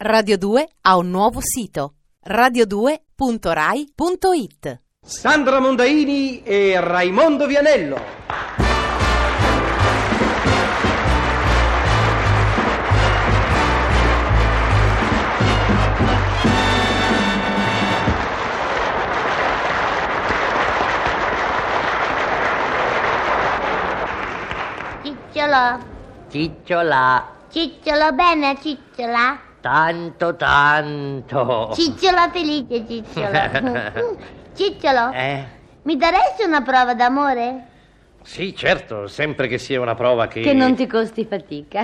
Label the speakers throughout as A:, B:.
A: Radio 2 ha un nuovo sito radio2.rai.it
B: Sandra Mondaini e Raimondo Vianello.
C: Cicciolo,
D: Cicciola,
C: cicciolo bene, cicciola.
D: tanto tanto.
C: Cicciola felice, cicciolo. cicciolo,
D: eh?
C: mi daresti una prova d'amore?
D: Sì, certo, sempre che sia una prova che...
E: Che non ti costi fatica.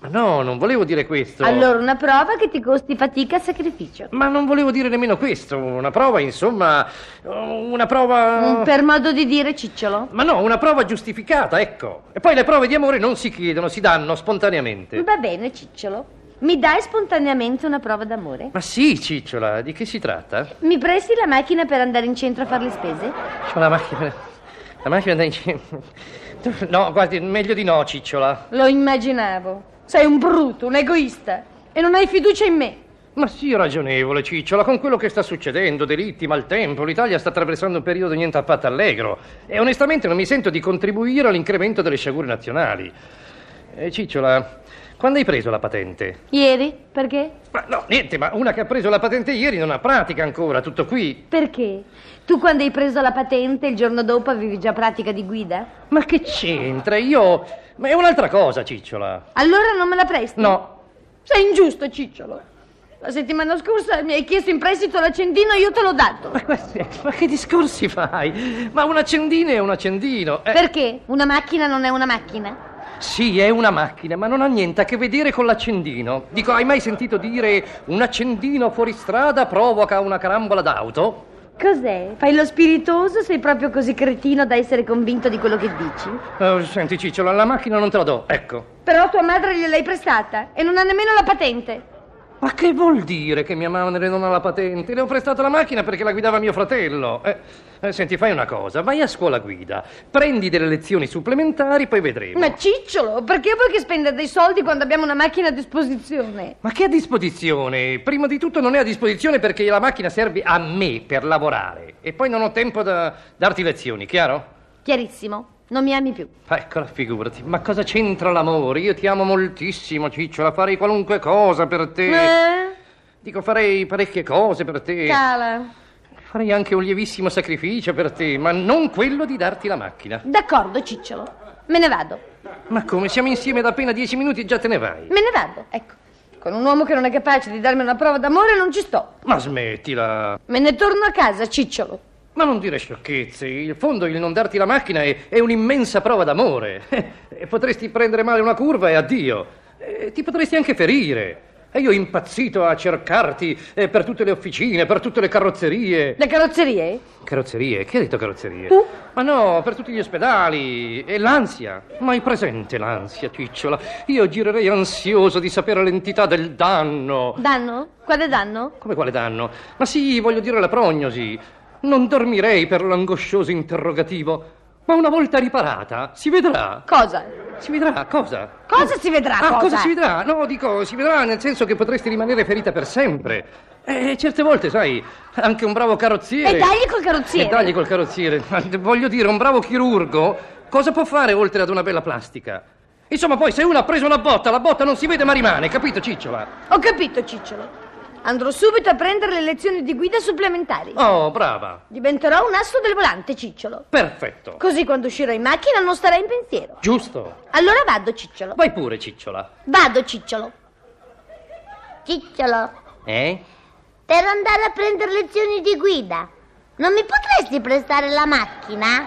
D: Ma No, non volevo dire questo.
E: Allora, una prova che ti costi fatica e sacrificio.
D: Ma non volevo dire nemmeno questo, una prova, insomma, una prova...
E: Mm, Per modo di dire, cicciolo.
D: Ma no, una prova giustificata, ecco. E poi le prove di amore non si chiedono, si danno spontaneamente.
E: Va bene, cicciolo. Mi dai spontaneamente una prova d'amore?
D: Ma sì, Cicciola, di che si tratta?
E: Mi presti la macchina per andare in centro a fare le spese?
D: C'ho la macchina... La macchina da in... No, guardi, meglio di no, Cicciola.
E: Lo immaginavo. Sei un bruto, un egoista. E non hai fiducia in me.
D: Ma sì, ragionevole, Cicciola, con quello che sta succedendo, delitti, maltempo, l'Italia sta attraversando un periodo niente affatto allegro e onestamente non mi sento di contribuire all'incremento delle sciagure nazionali. Eh, Cicciola, quando hai preso la patente?
E: Ieri? Perché?
D: Ma no, niente, ma una che ha preso la patente ieri non ha pratica ancora, tutto qui.
E: Perché? Tu quando hai preso la patente il giorno dopo avevi già pratica di guida?
D: Ma che c'entra? Io... Ma è un'altra cosa, Cicciola.
E: Allora non me la presti?
D: No,
E: Sei ingiusto, Cicciolo. La settimana scorsa mi hai chiesto in prestito l'accendino e io te l'ho dato.
D: ma, questi- ma che discorsi fai? Ma un accendino è un accendino. eh.
E: Perché? Una macchina non è una macchina?
D: Sì, è una macchina, ma non ha niente a che vedere con l'accendino. Dico, hai mai sentito dire un accendino fuoristrada provoca una carambola d'auto?
E: Cos'è? Fai lo spiritoso? Sei proprio così cretino da essere convinto di quello che dici?
D: Eh, senti, Cicciolo, la macchina non te la do, ecco.
E: Però tua madre gliel'hai prestata e non ha nemmeno la patente.
D: Ma che vuol dire che mia madre non ha la patente? Le ho prestato la macchina perché la guidava mio fratello. Eh, eh, senti, fai una cosa, vai a scuola guida, prendi delle lezioni supplementari, poi vedremo.
E: Ma Cicciolo, perché vuoi che spenda dei soldi quando abbiamo una macchina a disposizione?
D: Ma che a disposizione? Prima di tutto non è a disposizione perché la macchina serve a me per lavorare. E poi non ho tempo da darti lezioni, chiaro?
E: Chiarissimo, non mi ami più.
D: Ah, Eccola, figurati, ma cosa c'entra l'amore? Io ti amo moltissimo, Cicciola, farei qualunque cosa per te.
E: Eh?
D: Dico, farei parecchie cose per te.
E: Cala.
D: Farei anche un lievissimo sacrificio per te, ma non quello di darti la macchina.
E: D'accordo, Cicciolo. Me ne vado.
D: Ma come, siamo insieme da appena dieci minuti e già te ne vai?
E: Me ne vado, ecco. Con un uomo che non è capace di darmi una prova d'amore non ci sto.
D: Ma smettila.
E: Me ne torno a casa, cicciolo.
D: Ma non dire sciocchezze, in fondo il non darti la macchina è, è un'immensa prova d'amore. Eh, Potresti prendere male una curva e addio. Eh, Ti potresti anche ferire. E io impazzito a cercarti eh, per tutte le officine, per tutte le carrozzerie.
E: Le carrozzerie?
D: Carrozzerie? Chi ha detto carrozzerie?
E: Tu?
D: Ma no, per tutti gli ospedali. E l'ansia? Ma hai presente l'ansia, Cicciola? Io girerei ansioso di sapere l'entità del danno.
E: Danno? Quale danno?
D: Come quale danno? Ma sì, voglio dire la prognosi. Non dormirei per l'angoscioso interrogativo. Ma una volta riparata, si vedrà.
E: Cosa?
D: Si vedrà cosa?
E: Cosa si vedrà?
D: Ah, cosa? si vedrà? No, dico, si vedrà nel senso che potresti rimanere ferita per sempre. E certe volte, sai, anche un bravo carrozziere.
E: E dagli col carrozziere.
D: E dagli col carrozziere. Ma voglio dire, un bravo chirurgo cosa può fare oltre ad una bella plastica? Insomma, poi se uno ha preso una botta, la botta non si vede ma rimane, capito, Cicciola?
E: Ho capito, cicciolo. Andrò subito a prendere le lezioni di guida supplementari.
D: Oh, brava.
E: Diventerò un asso del volante, cicciolo.
D: Perfetto.
E: Così quando uscirò in macchina non starai in pensiero.
D: Giusto.
E: Allora vado, cicciolo.
D: Vai pure, Cicciola.
C: Vado, cicciolo. Cicciolo,
D: Eh?
C: per andare a prendere lezioni di guida, non mi potresti prestare la macchina?